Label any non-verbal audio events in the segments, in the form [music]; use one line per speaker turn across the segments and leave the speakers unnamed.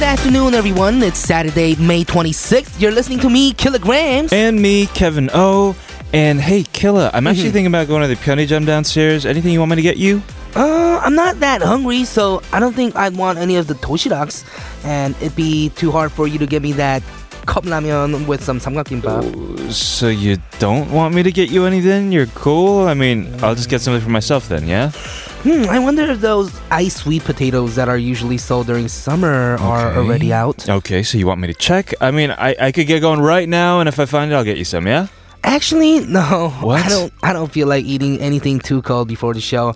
afternoon, everyone. It's Saturday, May 26th. You're listening to me, Kilograms.
And me, Kevin O. And hey, Killa, I'm actually
Mhm.
thinking about going to the Pyeongjam downstairs. Anything you want me to get you?
Uh, I'm not that hungry, so I don't think I'd want any of the doshiraks, and it'd be too hard for you to give me that cup ramyeon with some samgakgimbap.
So you don't want me to get you anything? You're cool? I mean, I'll just get something for myself then, yeah?
Hmm, I wonder if those ice sweet potatoes that are usually sold during summer are
Okay.
already out.
Okay, so you want me to check? I mean, I, I could get going right now, and if I find it, I'll get you some, yeah?
Actually, no.
What?
I don't. I don't feel like eating anything too cold before the show,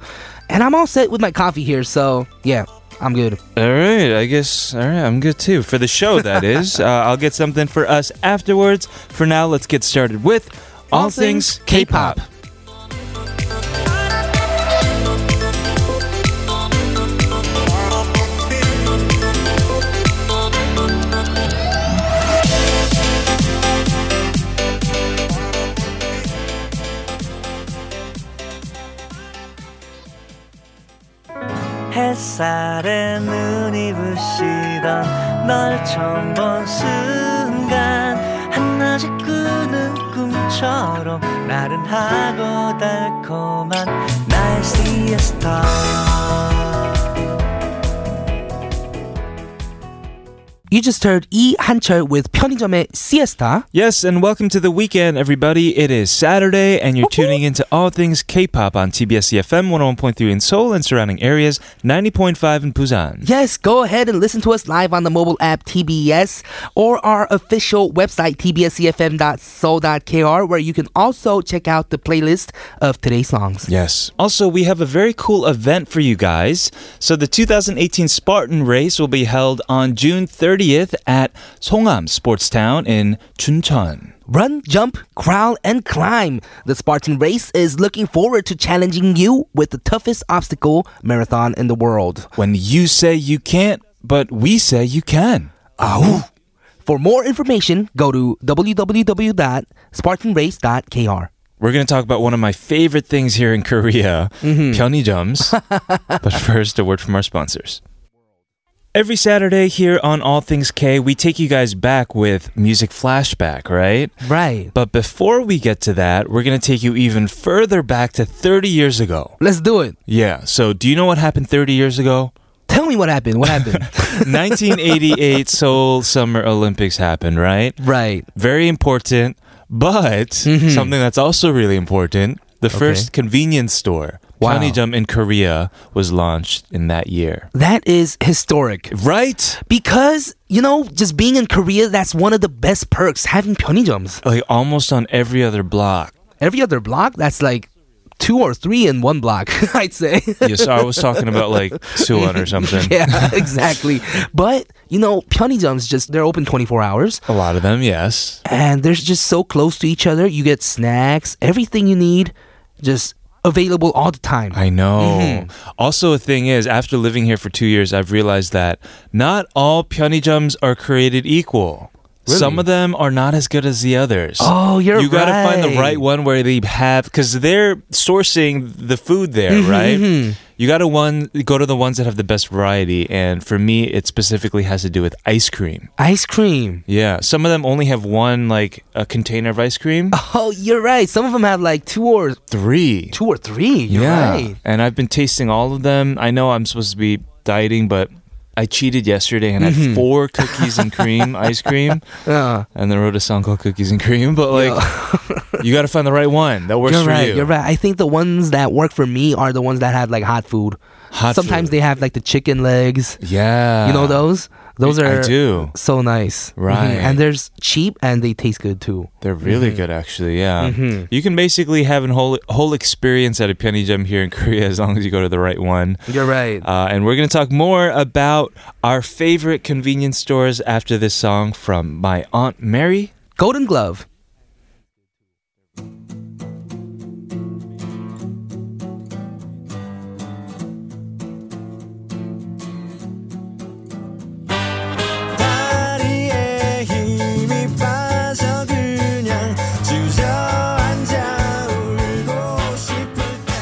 and I'm all set with my coffee here. So yeah, I'm good.
All right, I guess. All right, I'm good too. For the show, that is. Uh, I'll get something for us afterwards. For now, let's get started with
All
All, Things
Things
K-Pop.
햇살에 눈이 부시던 널 처음 본 순간 그 한낮에 꾸는 꿈처럼 나른하고 달콤한 나의 시에스타
You just heard E Hanchul with 편의점의 siesta.
Yes, and welcome to the weekend, everybody. It is Saturday, and you're tuning into All Things K-Pop on TBS EFM 101.3 in Seoul and surrounding areas, 90.5 in Busan.
Yes, go ahead and listen to us live on the mobile app TBS or our official website tbscfm.so.kr where you can also check out the playlist of today's songs.
Yes. Also, we have a very cool event for you guys. So, the 2018 Spartan Race will be held on June 30th at Songam Sports Town in Chuncheon.
Run, jump, crawl, and climb. The Spartan Race is looking forward to challenging you with the toughest obstacle marathon in the world.
When you say you can't, but we say you can.
Ow. For more information, go to www.spartanrace.kr.
We're going to talk about one of my favorite things here in Korea, pyeonijums. but first, a word from our sponsors. Every Saturday here on All Things K, we take you guys back with music flashback, right?
Right.
But before we get to that, we're going to take you even further back to 30 years ago.
Let's do it.
Yeah, so do you know what happened 30 years ago?
Tell me what happened. What
[laughs]
happened?
1988 Seoul Summer Olympics happened, right?
right.
very important, but
Mm-hmm.
something that's also really important. The first convenience store,
Wow.
Jump in Korea, was launched in that year.
That is historic.
Right?
Because, you know, just being in Korea, that's one of the best perks, having 편의점's.
Like almost on every other block.
Every other block, that's like two or three in one block, [laughs] I'd say.
Yes, I was talking about like Suwon or something.
[laughs]
[laughs]
yeah, exactly. But, you know, 편의점's just, they're open 24 hours.
A lot of them, yes.
And they're just so close to each other. You get snacks, everything you need, just available all the time.
I know.
Mm-hmm.
Also, the thing is, after living here for two years, I've realized that not all Jumps are created equal. Some of them are not as good as the others.
Oh, you're
you gotta find the
right.
right one where they have because they're sourcing the food there,
Mm-hmm,
right? You gotta one go to the ones that have the best variety, and for me, it specifically has to do with ice cream.
Ice cream.
Yeah, some of them only have one like a container of ice cream,
Oh, you're right. Some of them have like two or
three.
two or three. You're
yeah,
right.
and I've been tasting all of them. I know I'm supposed to be dieting, but I cheated yesterday and had
Mm-hmm.
four cookies and
[laughs]
cream ice cream,
Uh,
and then wrote a song called Cookies and Cream. But like, [laughs] you gotta find the right one that works
You're
for
right.
you.
are right. I think the ones that work for me are the ones that have like hot food.
Hot
Sometimes they have like the chicken legs.
Yeah.
you know those? Those
I
are
do.
so nice. Mhm.
Right.
And they're s- cheap and they taste good too.
They're really
Mm-hmm.
good, actually. Yeah. You can basically have a whole whole experience at a Pyeonijum here in Korea as long as you go to the right one.
You're right.
Uh, and we're going to talk more about our favorite convenience stores after this song from my aunt Mary.
Golden Glove.
다리에 힘이 빠져 그냥 주저앉아 울고 싶을 때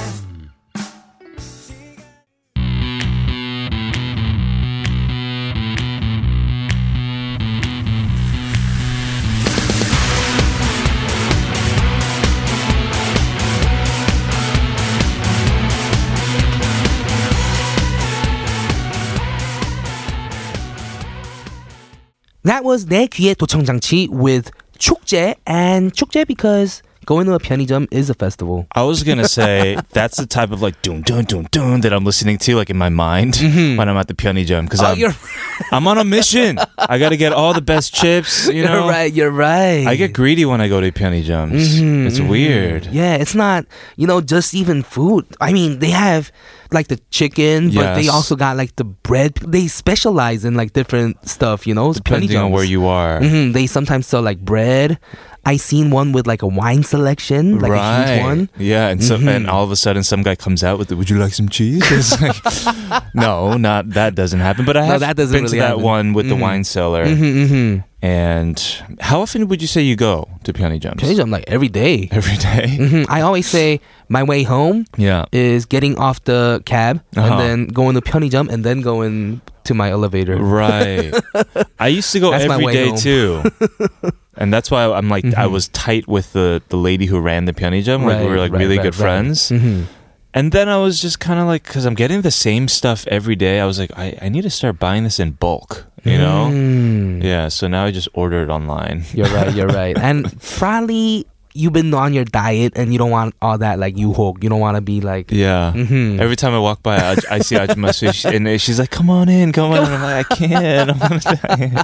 That was 내 귀에 도청장치 with 축제 and 축제 because going to a 편의점 is a festival.
I
[laughs]
was gonna say that's the type of like doom doom doom doom that I'm listening to like in my mind when I'm at the Pyongyang because
Mm-hmm. Oh,
I'm
you're, [laughs]
I'm on a mission. I gotta get all the best chips. You know,
you're right. You're right.
I get greedy when I go to Pyongyang.
Mhm,
it's
mhm.
weird.
Yeah, it's not, you know, just even food. I mean, they have like the chicken, but they
Yes.
also got like the bread. They specialize in like different stuff, you know?
Depending on where you are.
hmm They sometimes sell like bread. I seen one with like a wine selection, like
right.
a huge one. Mm-hmm.
Yeah, and so and all of a sudden some guy comes out with the, would you like some cheese? It's like,
[laughs]
no, not that doesn't happen. But I
No,
have
that doesn't
been
really
to that
happen.
one with the wine cellar.
Mm-hmm, mm-hmm.
And how often would you say you go to Pyongyang?
I'm like every day.
Every day?
Mhm. I always say my way home
Yeah.
is getting off the cab
Uh-huh.
and then going to 편의점 and then going to my elevator.
Right. I used to go
That's my
every
way
day
home. [laughs] Mm-hmm.
too. And that's why I'm like I was tight with the the lady who ran the Pyongyang. Like we were like really good friends.
Mhm.
And then I was just kind of like cuz I'm getting the same stuff every day. I was like I I need to start buying this in bulk, you know?
Mm.
Yeah, so now I just order it online.
You're right. You're right. And probably you've been on your diet and you don't want all that like you hook. You don't want to be like.
Yeah.
Mhm.
Every time I walk by, I, I see Ajima Sushi, and she's like, "Come on in, come on." in. I'm like, "I can't." I'm on a diet."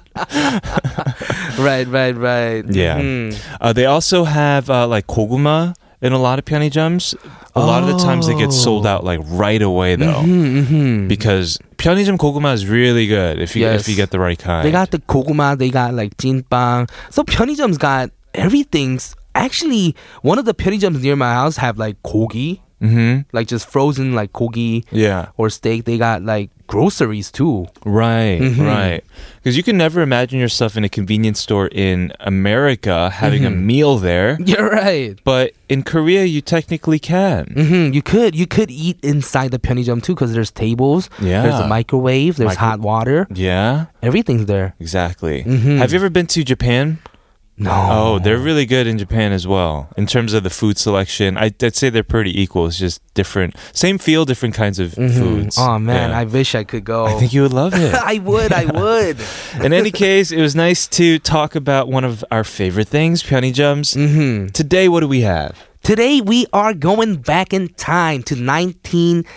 Right. Right. Right.
Yeah.
Mhm.
Uh, they also have uh, like koguma in a lot of pyongyams. A lot of the times they get sold
Oh.
out like right away though,
Mhm, mhm.
because pyongyam koguma is really good if you
Yes.
if you get the right kind.
They got the koguma, they got like jinbang. So 편의점's got everything's actually one of the 편의점's near my house have like kogi,
hmm
like just frozen like kogi
Yeah,
or steak. They got like groceries
[laughs]
too.
right,
Mhm.
right. Because you can never imagine yourself in a convenience store in America having a
Mhm.
meal there,
You're right.
but in Korea you technically can.
hmm You could you could eat inside the 편의점 too because there's tables,
Yeah.
there's a microwave, there's
Micro-
hot water,
Yeah,
everything's there.
exactly.
Mhm.
Have you ever been to Japan?
No,
Oh, they're really good in Japan as well in terms of the food selection. I, I'd say they're pretty equal. It's just different, same feel, different kinds of foods.
Oh man, I
Yeah.
wish I could go.
I think you would
[laughs]
love it.
I would, I would.
in any case, it was nice to talk about one of our favorite things, Pyongyang's.
hmm
Today, what do we have?
[laughs] Today we are going back in time to 1995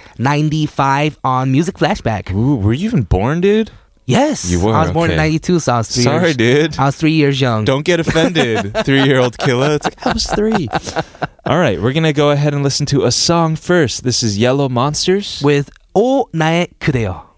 on Music Flashback.
Ooh, were you even born, dude?
Yes,
You were,
I was born in
okay.
'92, so I was three.
Sorry,
years,
dude.
I was three years young.
Don't
[laughs]
get offended, three-year-old killer. It's like I was three. All right, we're gonna go ahead and listen to a song first. This is Yellow Monsters.
With "오 나의 그대여."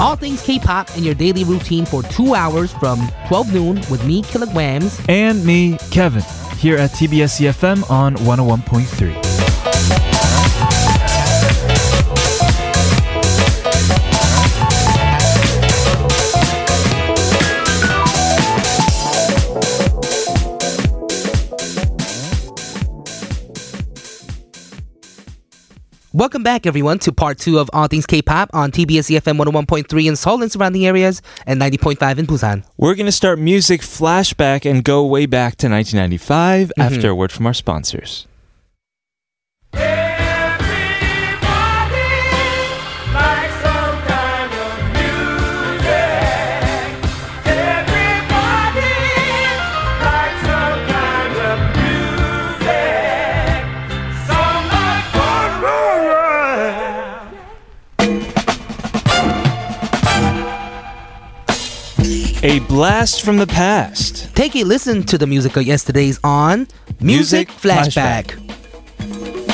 All things K-pop in your daily routine for two hours from 12 noon with me, Kilograms.
and me, Kevin, here at TBS EFM E on 101.3.
Welcome back, everyone, to part two of All Things K-pop on TBS EFM 101.3 in Seoul and surrounding areas, and 90.5 in Busan.
We're going to start music flashback and go way back to 1995
Mm-hmm.
after a word from our sponsors. A blast from the past.
Take a listen to the music of yesterday's on Music,
Music
Flashback.
Flashback.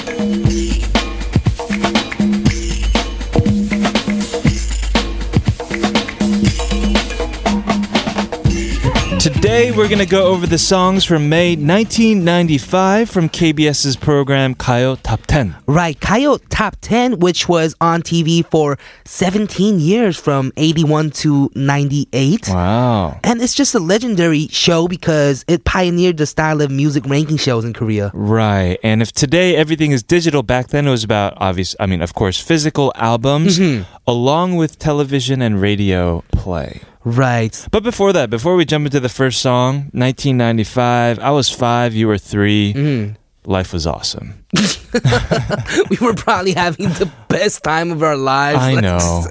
Today, we're going to go over the songs from May 1995 from KBS's program Kayo Top 10.
Right, Kayo Top 10, which was on TV for 17 years from 81 to 98.
Wow.
And it's just a legendary show because it pioneered the style of music ranking shows in Korea.
Right. And if today everything is digital, back then it was about obvious, I mean, of course, physical albums
Mm-hmm.
along with television and radio play.
Right.
But before that, before we jump into the first song, 1995, I was five, you were three.
Mm-hmm.
Life was awesome.
[laughs] we were probably having the best time of our lives.
I
Like,
know.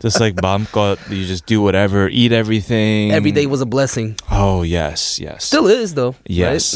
just like Bamkot, you just do whatever, eat everything.
Every day was a blessing.
Oh, yes, yes.
Still is, though. right?
Yes.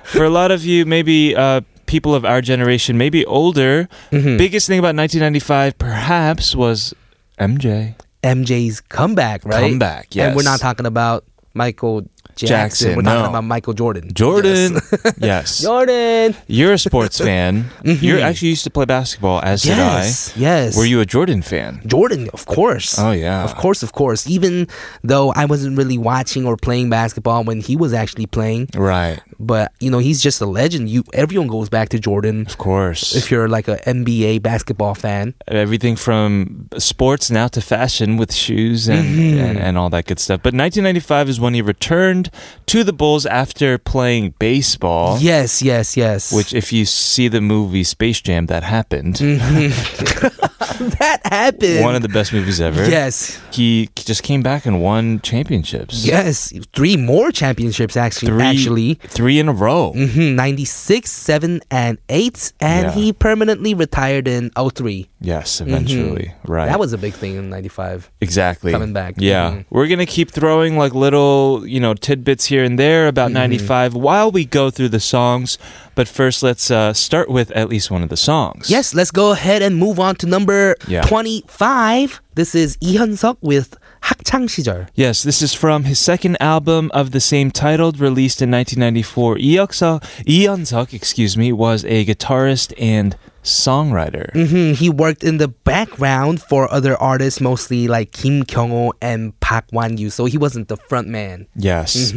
[laughs]
For a lot of you, maybe uh, people of our generation, maybe older,
Mm-hmm.
biggest thing about 1995 perhaps was MJ.
MJ's comeback, right?
Comeback, yes.
And we're not talking about Michael Jackson.
Jackson,
we're
no.
talking about Michael Jordan.
Jordan.
Yes. [laughs]
Yes.
Jordan.
You're a sports fan. You're actually used to play basketball, as
Mm-hmm. Yes.
did
Yes.
I. Were you a Jordan fan?
Jordan, of course.
Oh, yeah.
Of course, of course. Even though I wasn't really watching or playing basketball when he was actually playing,
Right.
but you know, he's just a legend. You everyone goes back to Jordan
Of course.
if you're like a NBA basketball fan.
everything from sports now to fashion with shoes and,
Mm-hmm.
and, and all that good stuff. But 1995 is when he returned to the Bulls after playing baseball.
Yes, yes, yes.
Oh. Which, if you see the movie Space Jam, that happened.
[laughs] Mm-hmm. that happened.
One of the best movies ever.
Yes.
He just came back and won championships.
Yes, three more championships actually.
Three,
Actually,
Three in a row.
hmm 96, 7, and 8. And
Yeah.
he permanently retired in 03.
Yes, eventually. Right.
Mm-hmm. That was a big thing in 95.
Exactly.
Coming back.
Yeah.
Mhm.
We're going to keep throwing like little, you know, tidbits here and there about
Mm-hmm.
95 while we go through the songs. But first, let's uh, start with at least one of the songs.
Yes, let's go ahead and move on to number
Yeah.
25. This is Lee Hyun-suk with 학창 시절.
Yes, this is from his second album of the same title, released in 1994. Eoksa, Eonseok, excuse me, was a guitarist and songwriter.
hmm He worked in the background for other artists, mostly like Kim Kyung-ho and Park Wan-yu. So he wasn't the front man.
Yes.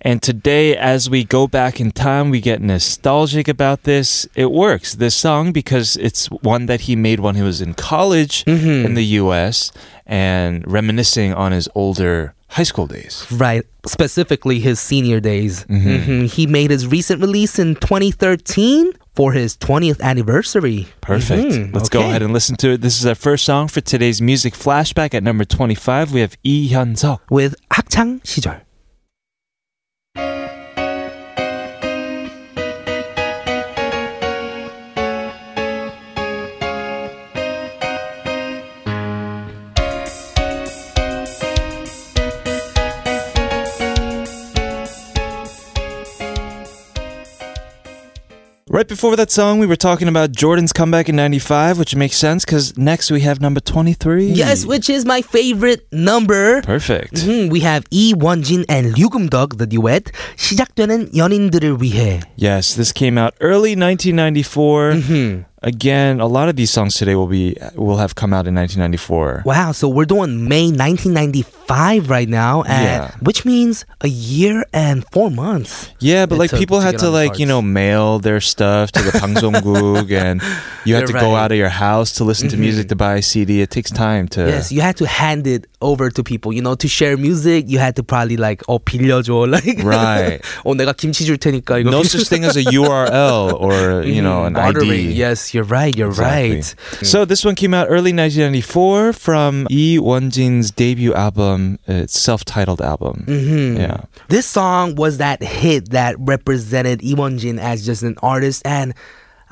And today, as we go back in time, we get nostalgic about this. It works, this song, because it's one that he made when he was in college in the US and reminiscing on his older high school days.
Right, specifically his senior days. hmm He made his recent release in 2013 for his 20th anniversary.
Perfect.
Mhm,
Let's go
okay.
ahead and listen to it. This is our first song for today's music flashback. At number 25, we have Lee Hyun Seok.
with 학창 시절.
Right before that song, we were talking about Jordan's comeback in 95, which makes sense because next we have number 23.
Yes, which is my favorite number.
Perfect.
Mhm, we have Lee Wonjin and Liu Gumdog, the duet. 시작되는 연인들을 위해.
Yes, this came out early 1994.
Mm-hmm.
Again, a lot of these songs today will be will have come out in 1994.
Wow, so we're doing May 1995 right now, and
Yeah.
which means a year and four months.
Yeah, but
It
like
took
people
to
had
get
to
on the
like, you know, mail their stuff
[laughs]
to the Pangzonggook and you had to
You're right.
go
Mm-hmm.
out of your house to listen to music to buy a CD. It takes time to
Yes, you had to hand it over to people. You know, to share music, you had to probably like, 어 빌려줘, [laughs] like.
Right.
어 내가 김치 줄 테니까 이거.
No
빌려줘.
such thing as a [laughs] URL or, you know, an
Bartering.
ID.
Yes, you're right. You're
Exactly. Hmm.
right.
So this one came out early 1994 from Lee Wonjin's debut album, its self-titled album. Mm-hmm. Yeah.
This song was that hit that represented Iwonjin as just an artist and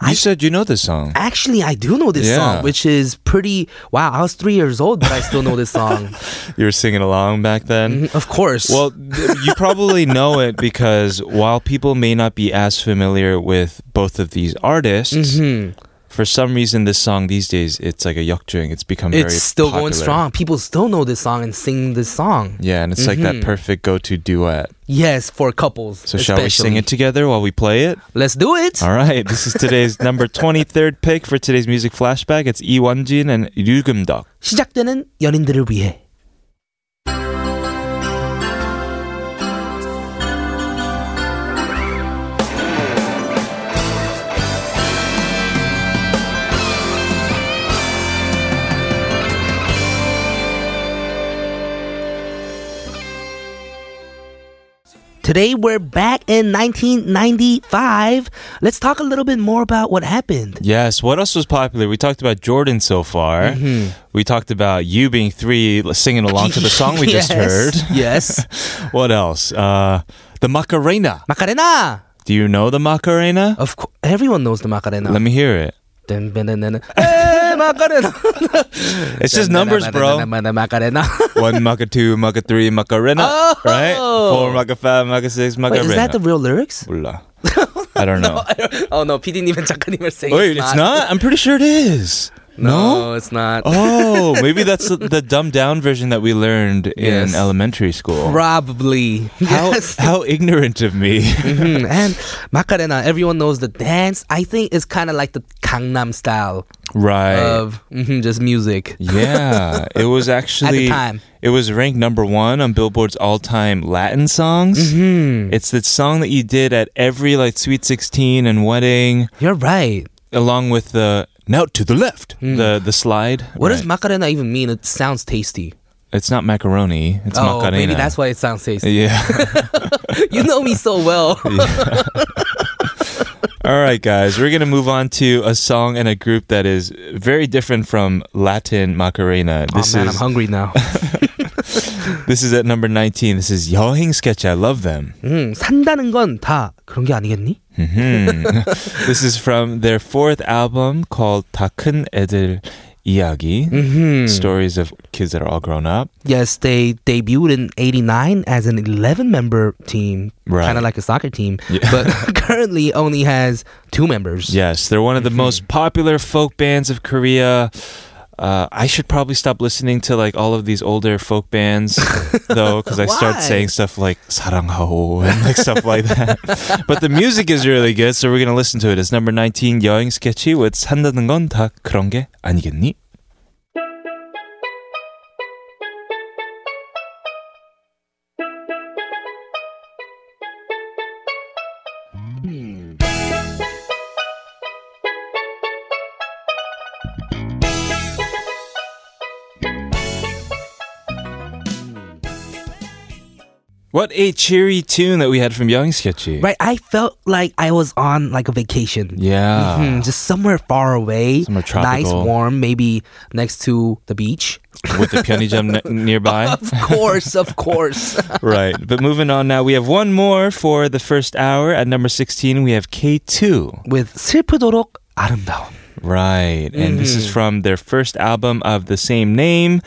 You said you know this song.
actually I do know this
Yeah.
song which is pretty wow I was 3 years old but I still know this
[laughs]
song.
You were singing along back then.
of course.
Well, th- you probably know it because while people may not be as familiar with both of these artists,
Mm-hmm.
for some reason this song these days it's like a yeokjung. It's become very
it's still
popular.
going strong. People still know this song and sing this song.
Yeah, and it's like that perfect go-to duet.
Yes, for couples.
So shall we
especially.
sing it together while we play [laughs] it?
Let's do it.
All right. This is today's number 23rd pick for today's music flashback. It's Lee Wonjin and Ryu Geum-deok.
시작되는 연인들을 위해. Today we're back in 1995. Let's talk a little bit more about what happened.
Yes. What else was popular? We talked about Jordan so far. We talked about you being three singing along to the song we [laughs] just heard.
[laughs] Yes,
[laughs]
yes.
What else? Uh, the Macarena.
Macarena.
Do you know the Macarena?
Of course, everyone knows the Macarena.
Let me hear it.
Dun, dun, dun, [laughs] dun, dun. Hey, Macarena.
It's just numbers,
[laughs]
bro.
Macarena.
One Maca, two Maca, three Macarena.
Oh!
Right? Four Maca, five Maca, six Macarena.
Wait, is that the real
[laughs]
lyrics? [laughs]
Ullah. I don't know.
Oh no, PD님 and 작가님을 saying
Wait, it's not? I'm pretty sure it is.
No, it's not. [laughs]
Oh, maybe that's the, the dumbed down version that we learned in
Yes.
elementary school.
Probably.
[laughs] How,
Yes.
how ignorant of me.
[laughs] Mhm. And Macarena, everyone knows the dance. I think it's kind of like the Gangnam style
right.
of mhm, just music.
yeah, it
[laughs]
was actually
time.
it was ranked number one on Billboard's all-time Latin songs.
Mm-hmm.
It's the song that you did at every like Sweet Sixteen and wedding,
You're right.
along with the now to the left, the the slide.
Hmm. What
Right.
does Macarena even mean? It sounds tasty.
It's not macaroni. It's
oh,
macarena.
maybe that's why it sounds tasty. [laughs]
Yeah. [laughs]
you know me so well.
All right, guys. We're gonna move on to a song and a group that is very different from Latin Macarena.
oh
[laughs] This
man, I'm
is
hungry now.
this is at number nineteen. This is Yohing Sketch. I love them.
음, 산다는 건 다 그런 게 아니겠니?
Mm-hmm.
[laughs]
this is from their fourth album called Takun Edel Iyagi.
Mm-hmm.
Stories of kids that are all grown up.
Yes, they debuted in 89 as an 11 member team,
Right.
kind of like a soccer team, [laughs] but currently only has two members.
Yes, they're one of the most popular folk bands of Korea. Uh, I should probably stop listening to like all of these older folk bands, though, because I
Why?
start saying stuff like "사랑하오" and like stuff like that. but the music is really good, so we're gonna listen to it. It's number nineteen, 여행 스케치 with 산다는 건 다 그런 게 아니겠니? What a cheery tune that we had from Young Sketchy.
Right, I felt like I was on like a vacation.
Yeah.
Hmm, just somewhere far away,
Somewhere
nice,
tropical.
warm, maybe next to the beach.
With the Pyeonijam ne-
[laughs]
nearby.
Of course, of [laughs] course.
right. But moving on now, we have one more for the first hour. At number 16, we have K2.
With 슬프도록 아름다움.
Right. And this is from their first album of the same name.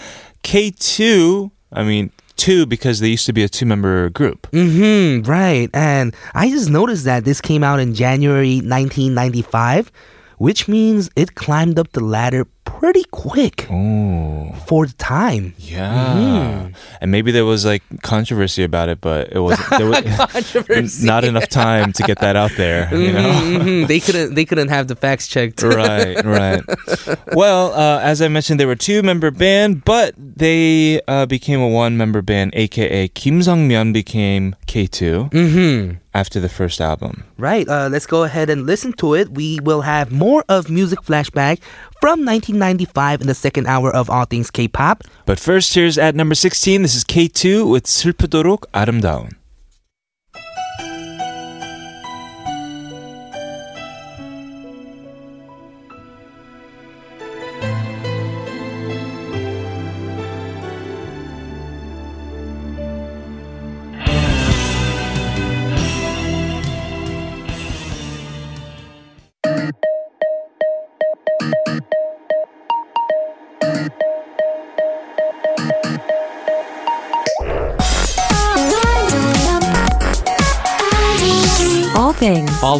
K2, I mean, two because they used to be a two member group.
Hmm, right. And I just noticed that this came out in January 1995, which means it climbed up the ladder pretty quick
Oh,
for the time.
yeah. And maybe there was like controversy about it, but it wasn't. There was, [laughs]
Controversy.
Not enough time to get that out there, you know?
Mhm, they couldn't. They couldn't have the facts checked.
[laughs] right, right. Well, uh, as I mentioned, they were two member band, but they uh, became a one member band, aka Kim Sung Myeon became K2 after the first album.
Right. Uh, let's go ahead and listen to it. We will have more of music flashback from 1995 in the second hour of All Things K-pop.
But first, here's at number 16. This is K2 with 슬프도록 아름다운.
All things.
All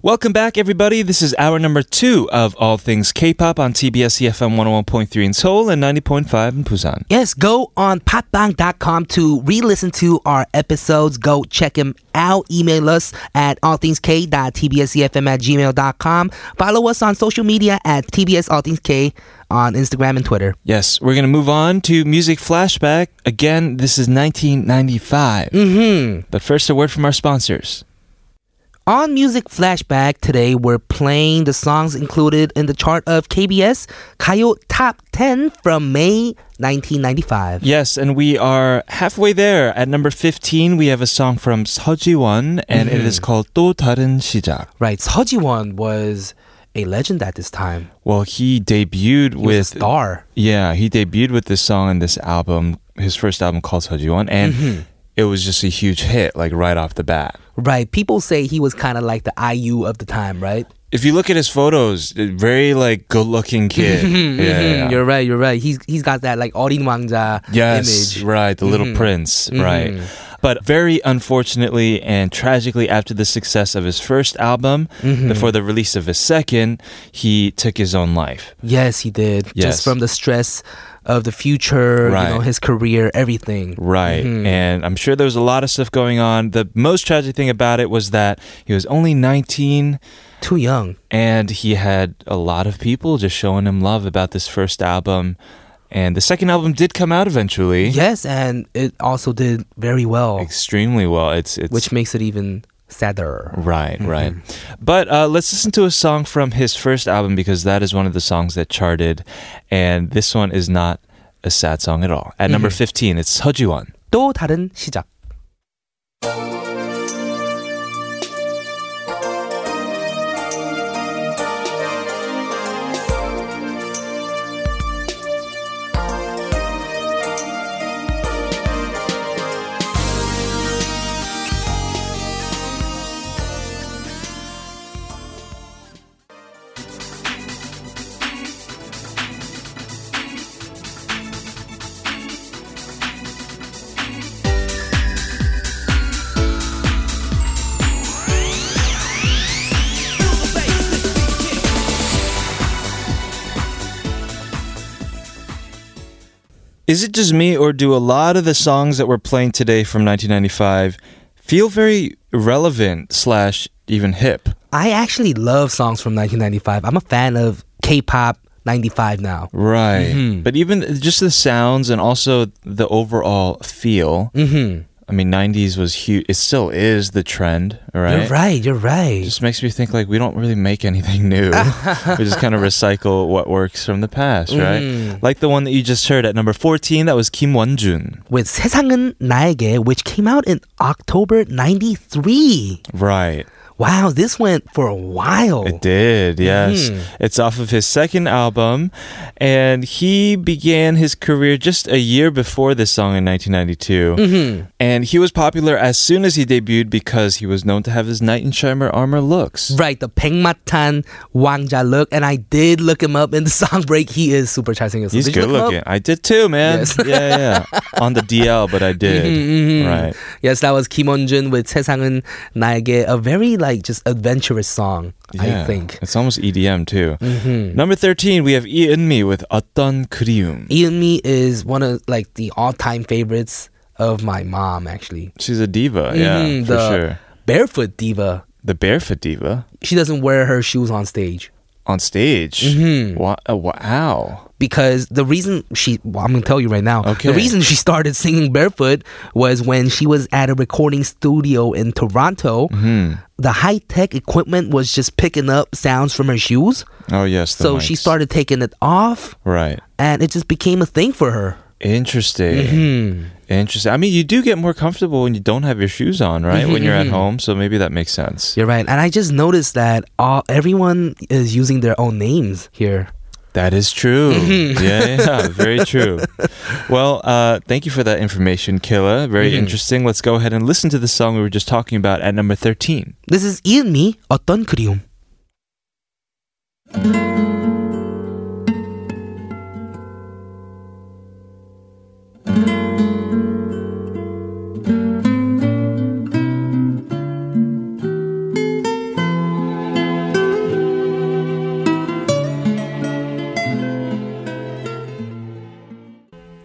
Welcome back, everybody. This is hour number two of All Things K-pop on TBS EFM 101.3 in Seoul and 90.5 in Busan.
Yes, go on popbang.com to re-listen to our episodes. Go check them out. Email us at allthingsk.tbscfm at gmail.com. Follow us on social media at TBS All Things K on Instagram and Twitter.
Yes, we're going to move on to music flashback. Again, this is 1995.
Mm-hmm.
But first, a word from our sponsors.
On Music Flashback today, we're playing the songs included in the chart of KBS Kayo Top 10 from May 1995.
Yes, and we are halfway there. At number 15, we have a song from Seo Ji-won, and it
Mm-hmm.
is called 또 다른 시작.
Right, Seo Ji-won was a legend at this time.
Well, he debuted
He
with
was a star.
Yeah, he debuted with this song in this album, his first album called Seojiwon, and
Mm-hmm.
it was just a huge hit, like right off the bat.
Right, people say he was kind of like the IU of the time, right?
If you look at his photos, uh, very like
[laughs]
good-looking kid. yeah, yeah.
Mhm, You're right. You're right. He's he's got that like Orin Wangja
yes,
image. Mm-hmm.
right, the Little Prince, right. But very unfortunately and tragically, after the success of his first album,
Mm-hmm.
before the release of his second, he took his own life.
Yes, he did.
Yes.
Just from the stress of the future, you know,
Right.
his career, everything.
Right.
Mm-hmm.
And I'm sure there was a lot of stuff going on. The most tragic thing about it was that he was only 19
Too young.
and he had a lot of people just showing him love about this first album. And the second album did come out eventually.
Yes, and it also did very well,
Extremely well. It's it's
which makes it even sadder.
Right, right. But uh, let's listen to a song from his first album because that is one of the songs that charted. And this one is not a sad song at all. At number 15, it's 서지원.
또 다른 시작.
Is it just me, or do a lot of the songs that we're playing today from 1995 feel very relevant slash even hip?
I actually love songs from 1995. I'm a fan of K-pop 95 now.
Right. But even just the sounds and also the overall feel.
Mm-hmm.
I mean, 90s was huge. It still is the trend, right?
You're right. You're right.
Just makes me think like we don't really make anything [laughs] new. we just
[laughs]
kind of recycle what works from the past, right?
Mm.
Like the one that you just heard at number 14, that was Kim Won-jun.
With 세상은 나에게, which came out in October 93.
Right.
Wow, this went for a while.
It did, yes.
Mhm.
It's off of his second album, and he began his career just a year before this song in 1992.
Mm-hmm.
And he was popular as soon as he debuted because he was known to have his knight in shimer armor looks.
Right, the Pengmatan Wangja look, and I did look him up in the [laughs] song break. He is super charming.
He's good looking. I did too, man.
Yes. Mm-hmm,
yeah, yeah. On the DL,
[laughs]
but I did. Right.
Yes, that was Kim Won-jun with 세상은 나에게, a very like just adventurous song, I think. Mm-hmm.
It's almost EDM too. Number 13, we have E and Me with 어떤 그리움.
Ian Me is one of like the all-time favorites of my mom, actually.
She's a diva, yeah,
Mhm,
for
the
sure.
Barefoot diva.
The barefoot diva.
She doesn't wear her shoes on stage.
on stage.
Mm-hmm.
Wa- uh, Wow.
because the reason she well, I'm gonna tell you right now.
Okay.
The reason she started singing barefoot was when she was at a recording studio in Toronto.
Mm-hmm. Hmm.
The high tech equipment was just picking up sounds from her shoes.
Oh yes. the
so she
mics.
started taking it off
Right.
and it just became a thing for her.
Interesting.
Mm-hmm.
Interesting. I mean, you do get more comfortable when you don't have your shoes on, right? When you're at
Mm-hmm,
home, so maybe that makes sense.
You're right. And I just noticed that all everyone is using their own names here.
That is true. Yeah, yeah, Mm-hmm. [laughs] very true. Well, uh, thank you for that information, Killa. Very interesting. Let's go ahead and listen to the song we were just talking about at number 13.
This is Ian Me, 어떤 그리움.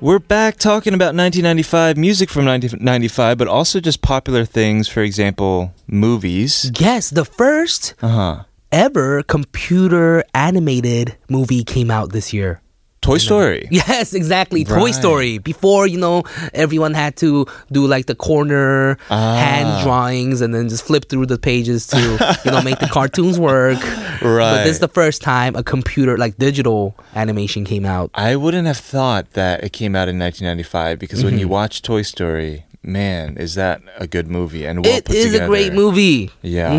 We're back talking about 1995 music from 1995, but also just popular things. For example, movies.
Yes, the first
Uh huh.
ever computer animated movie came out this year.
Toy
[laughs]
Story.
Yes, exactly. Toy
Right.
Story. Before, you know, everyone had to do like the corner
Ah.
hand drawings and then just flip through the pages to, you know,
[laughs]
make the cartoons work. But
Right.
this is the first time a computer, like digital animation came out.
I wouldn't have thought that it came out in 1995 because when you watch Toy Story, man, is that a good movie and well
it
put
is
together.
a great movie.
Yeah.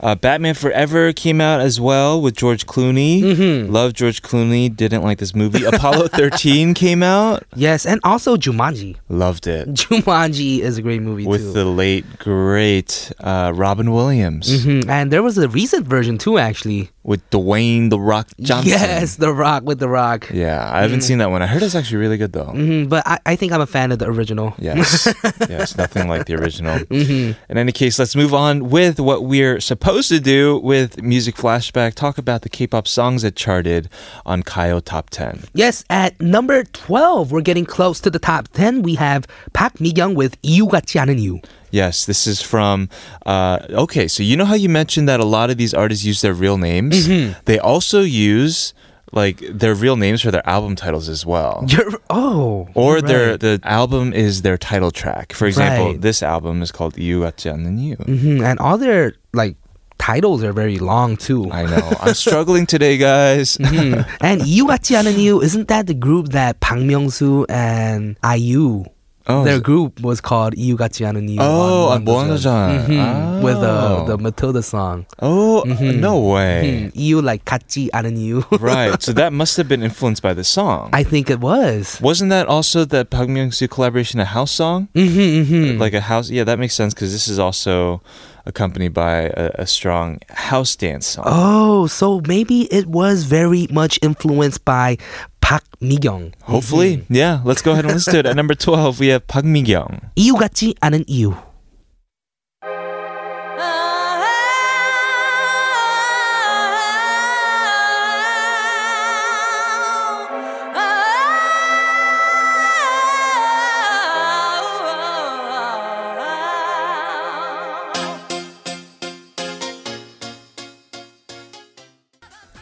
Uh, Batman Forever came out as well with George Clooney. Mm-hmm. Love George Clooney. Didn't like this movie. Apollo 13 came out.
Yes, and also Jumanji. [laughs]
Loved it.
Jumanji is a great movie
With
too.
the late, great uh, Robin Williams.
Mhm. And there was a recent version too, actually.
With Dwayne The Rock Johnson.
Yes, The Rock with The Rock.
Yeah, I haven't seen that one. I heard it's actually really good though.
Mhm, But I, I think I'm a fan of the original.
Yes. yes, nothing like the original. In any case, let's move on with what we're supposed to do with Music Flashback. Talk about the K pop songs that charted on Kayo Top 10.
Yes, at number 12, we're getting close to the top 10. We have Park Mi Young with You 같지 않은 You.
Yes, this is from. Uh, okay, so you know how you mentioned that a lot of these artists use their real names?
Mm-hmm.
They also use like their real names for their album titles as well.
[laughs] You're, [laughs] oh.
Or
you're
their
right.
the album is their title track. For example,
Right.
this album is called You 같지 않는 You.
Mhm, And all their, like, titles are very long, too.
I know. I'm struggling today, guys.
Mhm. [laughs] and You 같지 않은 You, isn't that the group that Park Myung-soo and IU,
Oh,
their
is-
group was called You 같지 않은 You.
[laughs] Oh,
on
on Bondojan.
Mhm, With uh,
Oh.
the Matilda song.
Oh, no way.
Mm, You, like, 같지 않은 You.
[laughs] right. So that must have been influenced by the song.
[laughs] I think it was.
Wasn't that also the Park Myung Soo collaboration, a house song?
hmm hmm
Like a house. Yeah, that makes sense because this is also accompanied by a, a strong house dance song.
Oh, so maybe it was very much influenced by Park Mi-kyung.
Hopefully. Yeah, let's go ahead and listen to it. At number 12, we have Park Mi Young.
Mm-hmm. 이유 같지 않은 이유.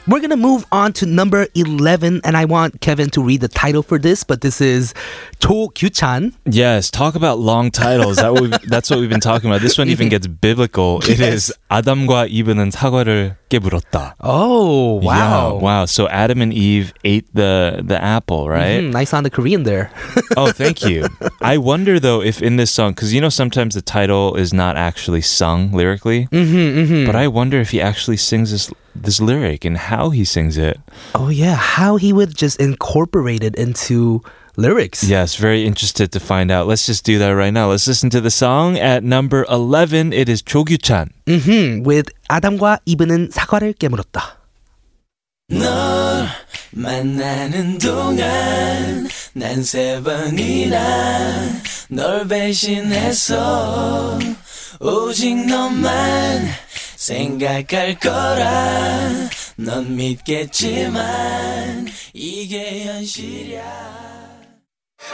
We're gonna move on to number 11, and I want Kevin to read the title for this, but this is Cho Kyu-chan.
Yes, talk about long titles. That we, that's what we've been talking about. This one even gets biblical. It is 아담과 이브는 사과를 깨물었다.
Oh, wow.
Yeah, wow. So Adam and Eve ate the the apple, right?
Mhm, nice on the Korean there.
Oh, thank you. I wonder though if in this song, because you know sometimes the title is not actually sung lyrically,
Mm-hmm,
but I wonder if he actually sings this this lyric and how he sings it.
oh, yeah. How he would just incorporate it into lyrics.
Yes, very interested to find out. Let's just do that right now. Let's listen to the song at number eleven. It is Chan.
Mhm, with 아담과 이브는 사과를 깨물었다.
만나는 동안 난 세 번이나 널 배신했어 오직 너만 생각할 거라 넌 믿겠지만 이게 현실이야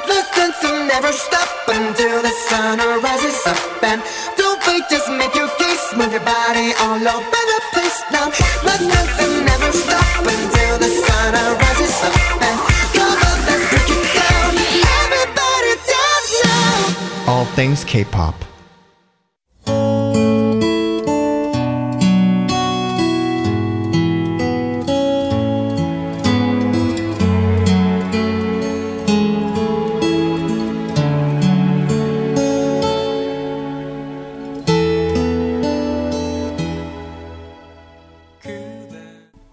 The sense will never stop until the sun rises up and don't wait, just make your case, move your body all over the place now. The sense will never stop until the sun rises up and come on, let's break it down. Everybody dance now. All things K-pop.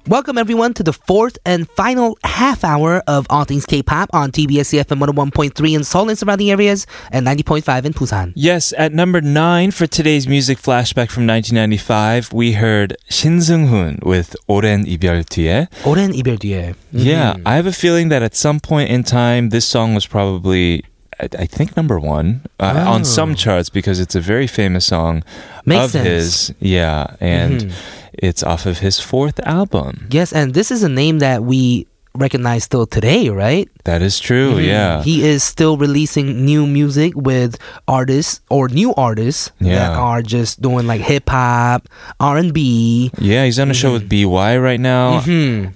Welcome everyone to the fourth and final half hour of All Things K-pop on TBS EFM 101.3 in Seoul and surrounding areas and 90.5 in Busan.
Yes, at number nine for today's music flashback from 1995, we heard Shin Seung Hoon with 오랜 이별 뒤에.
오랜 이별 뒤에.
Yeah,
Mm-hmm.
I have a feeling that at some point in time, this song was probably, I, I think, number one uh, on some charts because it's a very famous song
Oh. Makes
of
sense. Mm-hmm.
his. Yeah, and it's off of his fourth album.
Yes, and this is a name that we recognized still today, right?
That is true. Yeah.
Mm-hmm. He is still releasing new music with artists or new artists that
Yeah.
are just doing like hip hop, R and B.
yeah, he's on a show with
Mm-hmm.
BY right now.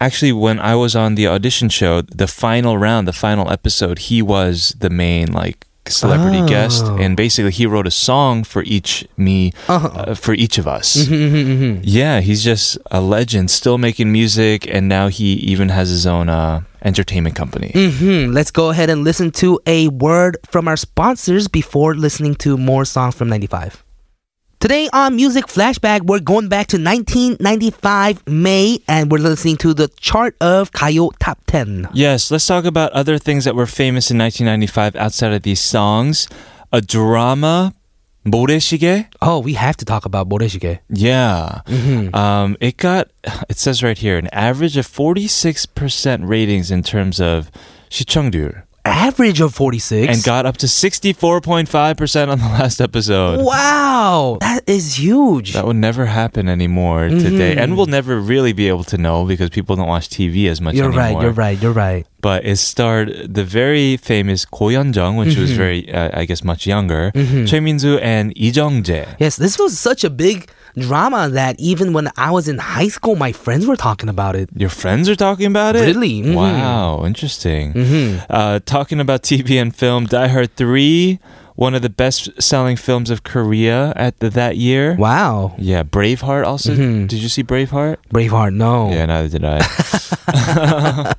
Actually, when I was on the audition show, the final round, the final episode, he was the main like celebrity guest
Oh.
and basically he wrote a song for each me
Uh-huh.
uh for each of us.
Mm-hmm.
Yeah, he's just a legend still making music and now he even has his own uh entertainment company.
Hmm, let's go ahead and listen to a word from our sponsors before listening to more songs from 95. Today on Music Flashback, we're going back to 1995 May and we're listening to the chart of Kayo Top 10.
Yes, let's talk about other things that were famous in 1995 outside of these songs. A drama, 모래시계.
Oh, we have to talk about Boreshige.
Yeah. Um, it got, [sighs] it says right here, an average of 46% ratings in terms of 시청률.
Average of 46.
And got up to 64.5% on the [laughs] last episode.
Wow, that is huge.
That would never happen anymore
Mm-hmm.
today. And we'll never really be able to know because people don't watch TV as much
you're
anymore.
right, you're right, you're right.
but it starred the very famous Ko Yeon-jung when she was
Mm-hmm.
very, uh, I guess, much younger, Choi Min-joo and Lee Jung-jae.
Yes, this was such a big drama that even when I was in high school, my friends were talking about it.
Your friends are talking about it?
Really? Mm-hmm. Mhm.
Wow, interesting. Uh, talking about TV and film, Die Hard 3, one of the best-selling films of Korea at the, that year.
Wow. Mm-hmm.
Yeah, Braveheart also. Did you see Braveheart?
Braveheart, no.
Yeah, neither
[laughs]
did I.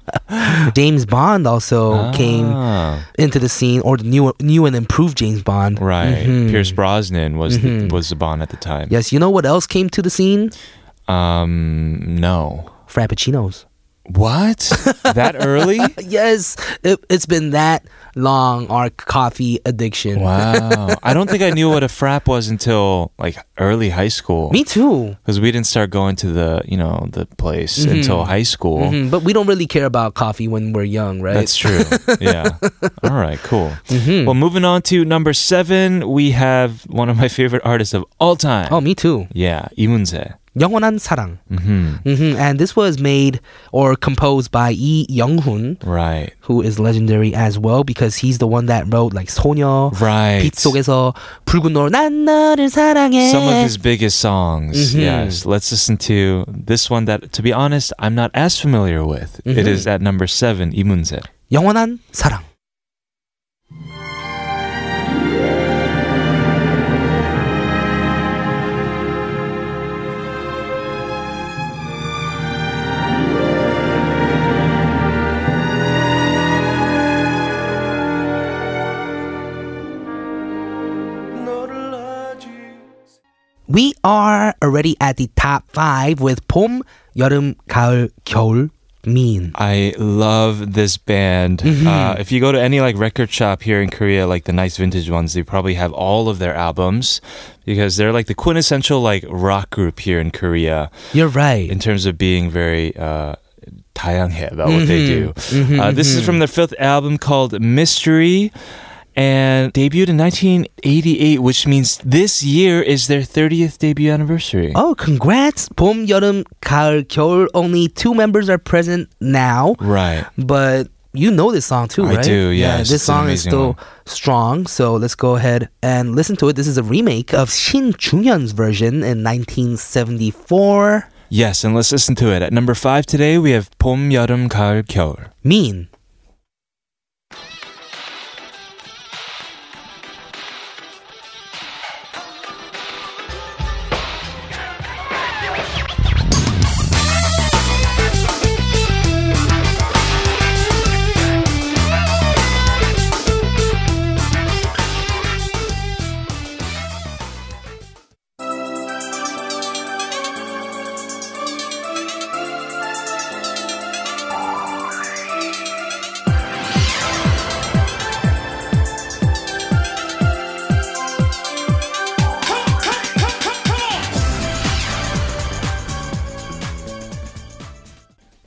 James Bond also came
Ah,
into the scene, or the new, new and improved James Bond.
right. Pierce Brosnan was the, was the Bond at the time.
Mm-hmm. Yes, you know what else came to the scene?
Um, no.
Frappuccinos. [laughs]
What? that early?
Yes, it, it's been that long, our coffee addiction.
Wow. I don't think I knew what a frap was until like early high school.
Me too.
Because we didn't start going to the, you know, the place
Mm-hmm.
until high school.
Mm, But we don't really care about coffee when we're young, right? Mm-hmm.
That's true.
[laughs]
yeah. All right, cool. Well, moving on to number seven, we have one of my favorite artists of all time.
oh, me too.
Yeah, Imunse.
영원한 사랑.
hmm
hmm And this was made or composed by Lee Young Hoon,
Right.
who is legendary as well because he's the one that wrote like 소녀,
Right.
빛 속에서 붉은 노을, 난 너를 사랑해.
Some of his biggest songs.
Mhm.
Yes. Let's listen to this one that, to be honest, I'm not as familiar with. It is at number seven, Imunse.
영원한 사랑. We are already at the top five with 봄, 여름, 가을, 겨울, mean.
I love this band. Uh, if you go to any like record shop here in Korea, like the nice vintage ones, they probably have all of their albums because they're like the quintessential like rock group here in Korea
You're right.
in terms of being very uh, 다양해 about what they do.
Mm-hmm.
Uh, this is from their fifth album called Mystery. And debuted in 1988, which means this year is their 30th debut anniversary.
Oh, congrats! 봄, 여름, 가을, 겨울. Only two members are present now,
Right.
but you know this song too,
I
right?
do,
this
yes. It's an
song is
amazing
still strong. So let's go ahead and listen to it. This is a remake of Shin Junhyun's version in 1974.
Yes, and let's listen to it. At number five today, we have 봄, 여름, 가을, 겨울.
Mean.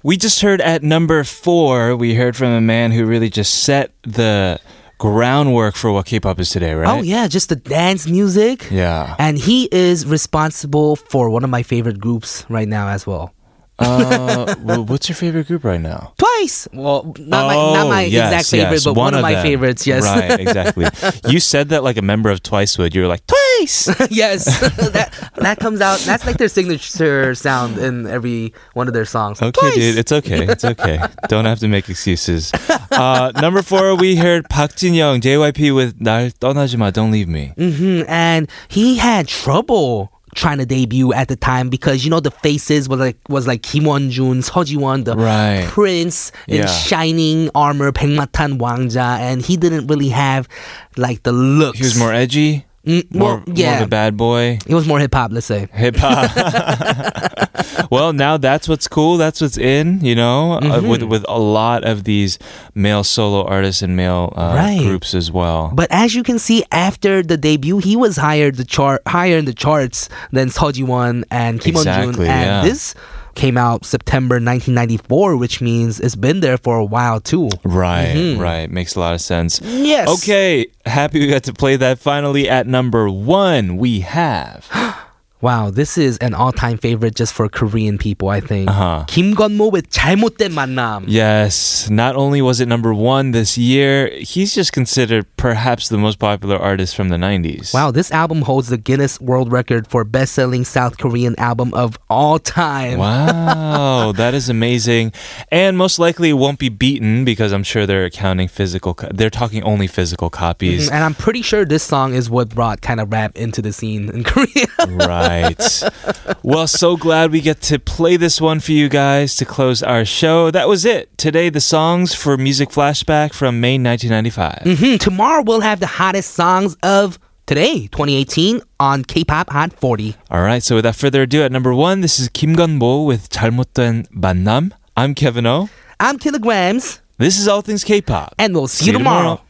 We just heard at number four, we heard from a man who really just set the groundwork for what K pop is today, right?
Oh yeah, just the dance music.
Yeah.
[laughs] And he is responsible for one of my favorite groups right now as well.
Uh, well, what's your favorite group right now?
Twice. Well, not my not
Oh,
my
yes,
exact favorite,
yes,
but one, of, my
them.
favorites. Yes.
[laughs] Right, exactly. you said that like a member of Twice would. You were like, [laughs] Twice!
yes. that that comes out. That's like their signature sound in every one of their songs.
Okay,
Twice.
dude, it's okay. It's okay. Don't have to make excuses. Uh, number four, we heard Park Jin Young, JYP with 날 떠나지 마, don't leave me.
Mhm, and he had trouble trying to debut at the time because you know the faces was like was like Kim Won Jun, Seo Ji Won, the
Right.
prince in
Yeah.
shining armor, 백마탄 왕자, and he didn't really have like the looks.
He was more edgy,
Mm, well,
more,
yeah.
more of a bad boy,
He was more hip hop, let's say.
hip hop. [laughs] well, now that's what's cool. That's what's in, you know, uh, with, with a lot of these male solo artists and male uh,
Right.
groups as well.
But as you can see, after the debut, he was higher the chart higher in the charts than Seo Ji Won and Kim Won Jun,
Exactly,
and
yeah.
this came out September 1994, which means it's been there for a while too.
Right, right. Makes a lot of sense.
Mm-hmm. Yes.
Okay, happy we got to play that finally. At number one, we have.
[gasps] Wow, this is an all-time favorite just for Korean people, I think.
Uh-huh.
Kim Gunmo with 잘못된 만남.
Yes, not only was it number one this year, he's just considered perhaps the most popular artist from the 90s.
Wow, this album holds the Guinness World Record for best-selling South Korean album of all time. [laughs]
Wow, that is amazing. And most likely it won't be beaten because I'm sure they're counting physical, co- they're talking only physical copies.
And I'm pretty sure this song is what brought kind of rap into the scene in [laughs] Korea.
right. Well, so glad we get to play this one for you guys to close our show. That was it. Today, the songs for Music Flashback from May 1995.
Hmm, Tomorrow we'll have the hottest songs of today, 2018, on K-pop Hot 40.
All right, so without further ado, at number one, this is Kim Gunbo with 잘못된 만남. I'm Kevin O.
I'm Kilograms,
This is All Things K-Pop.
and we'll see, you tomorrow.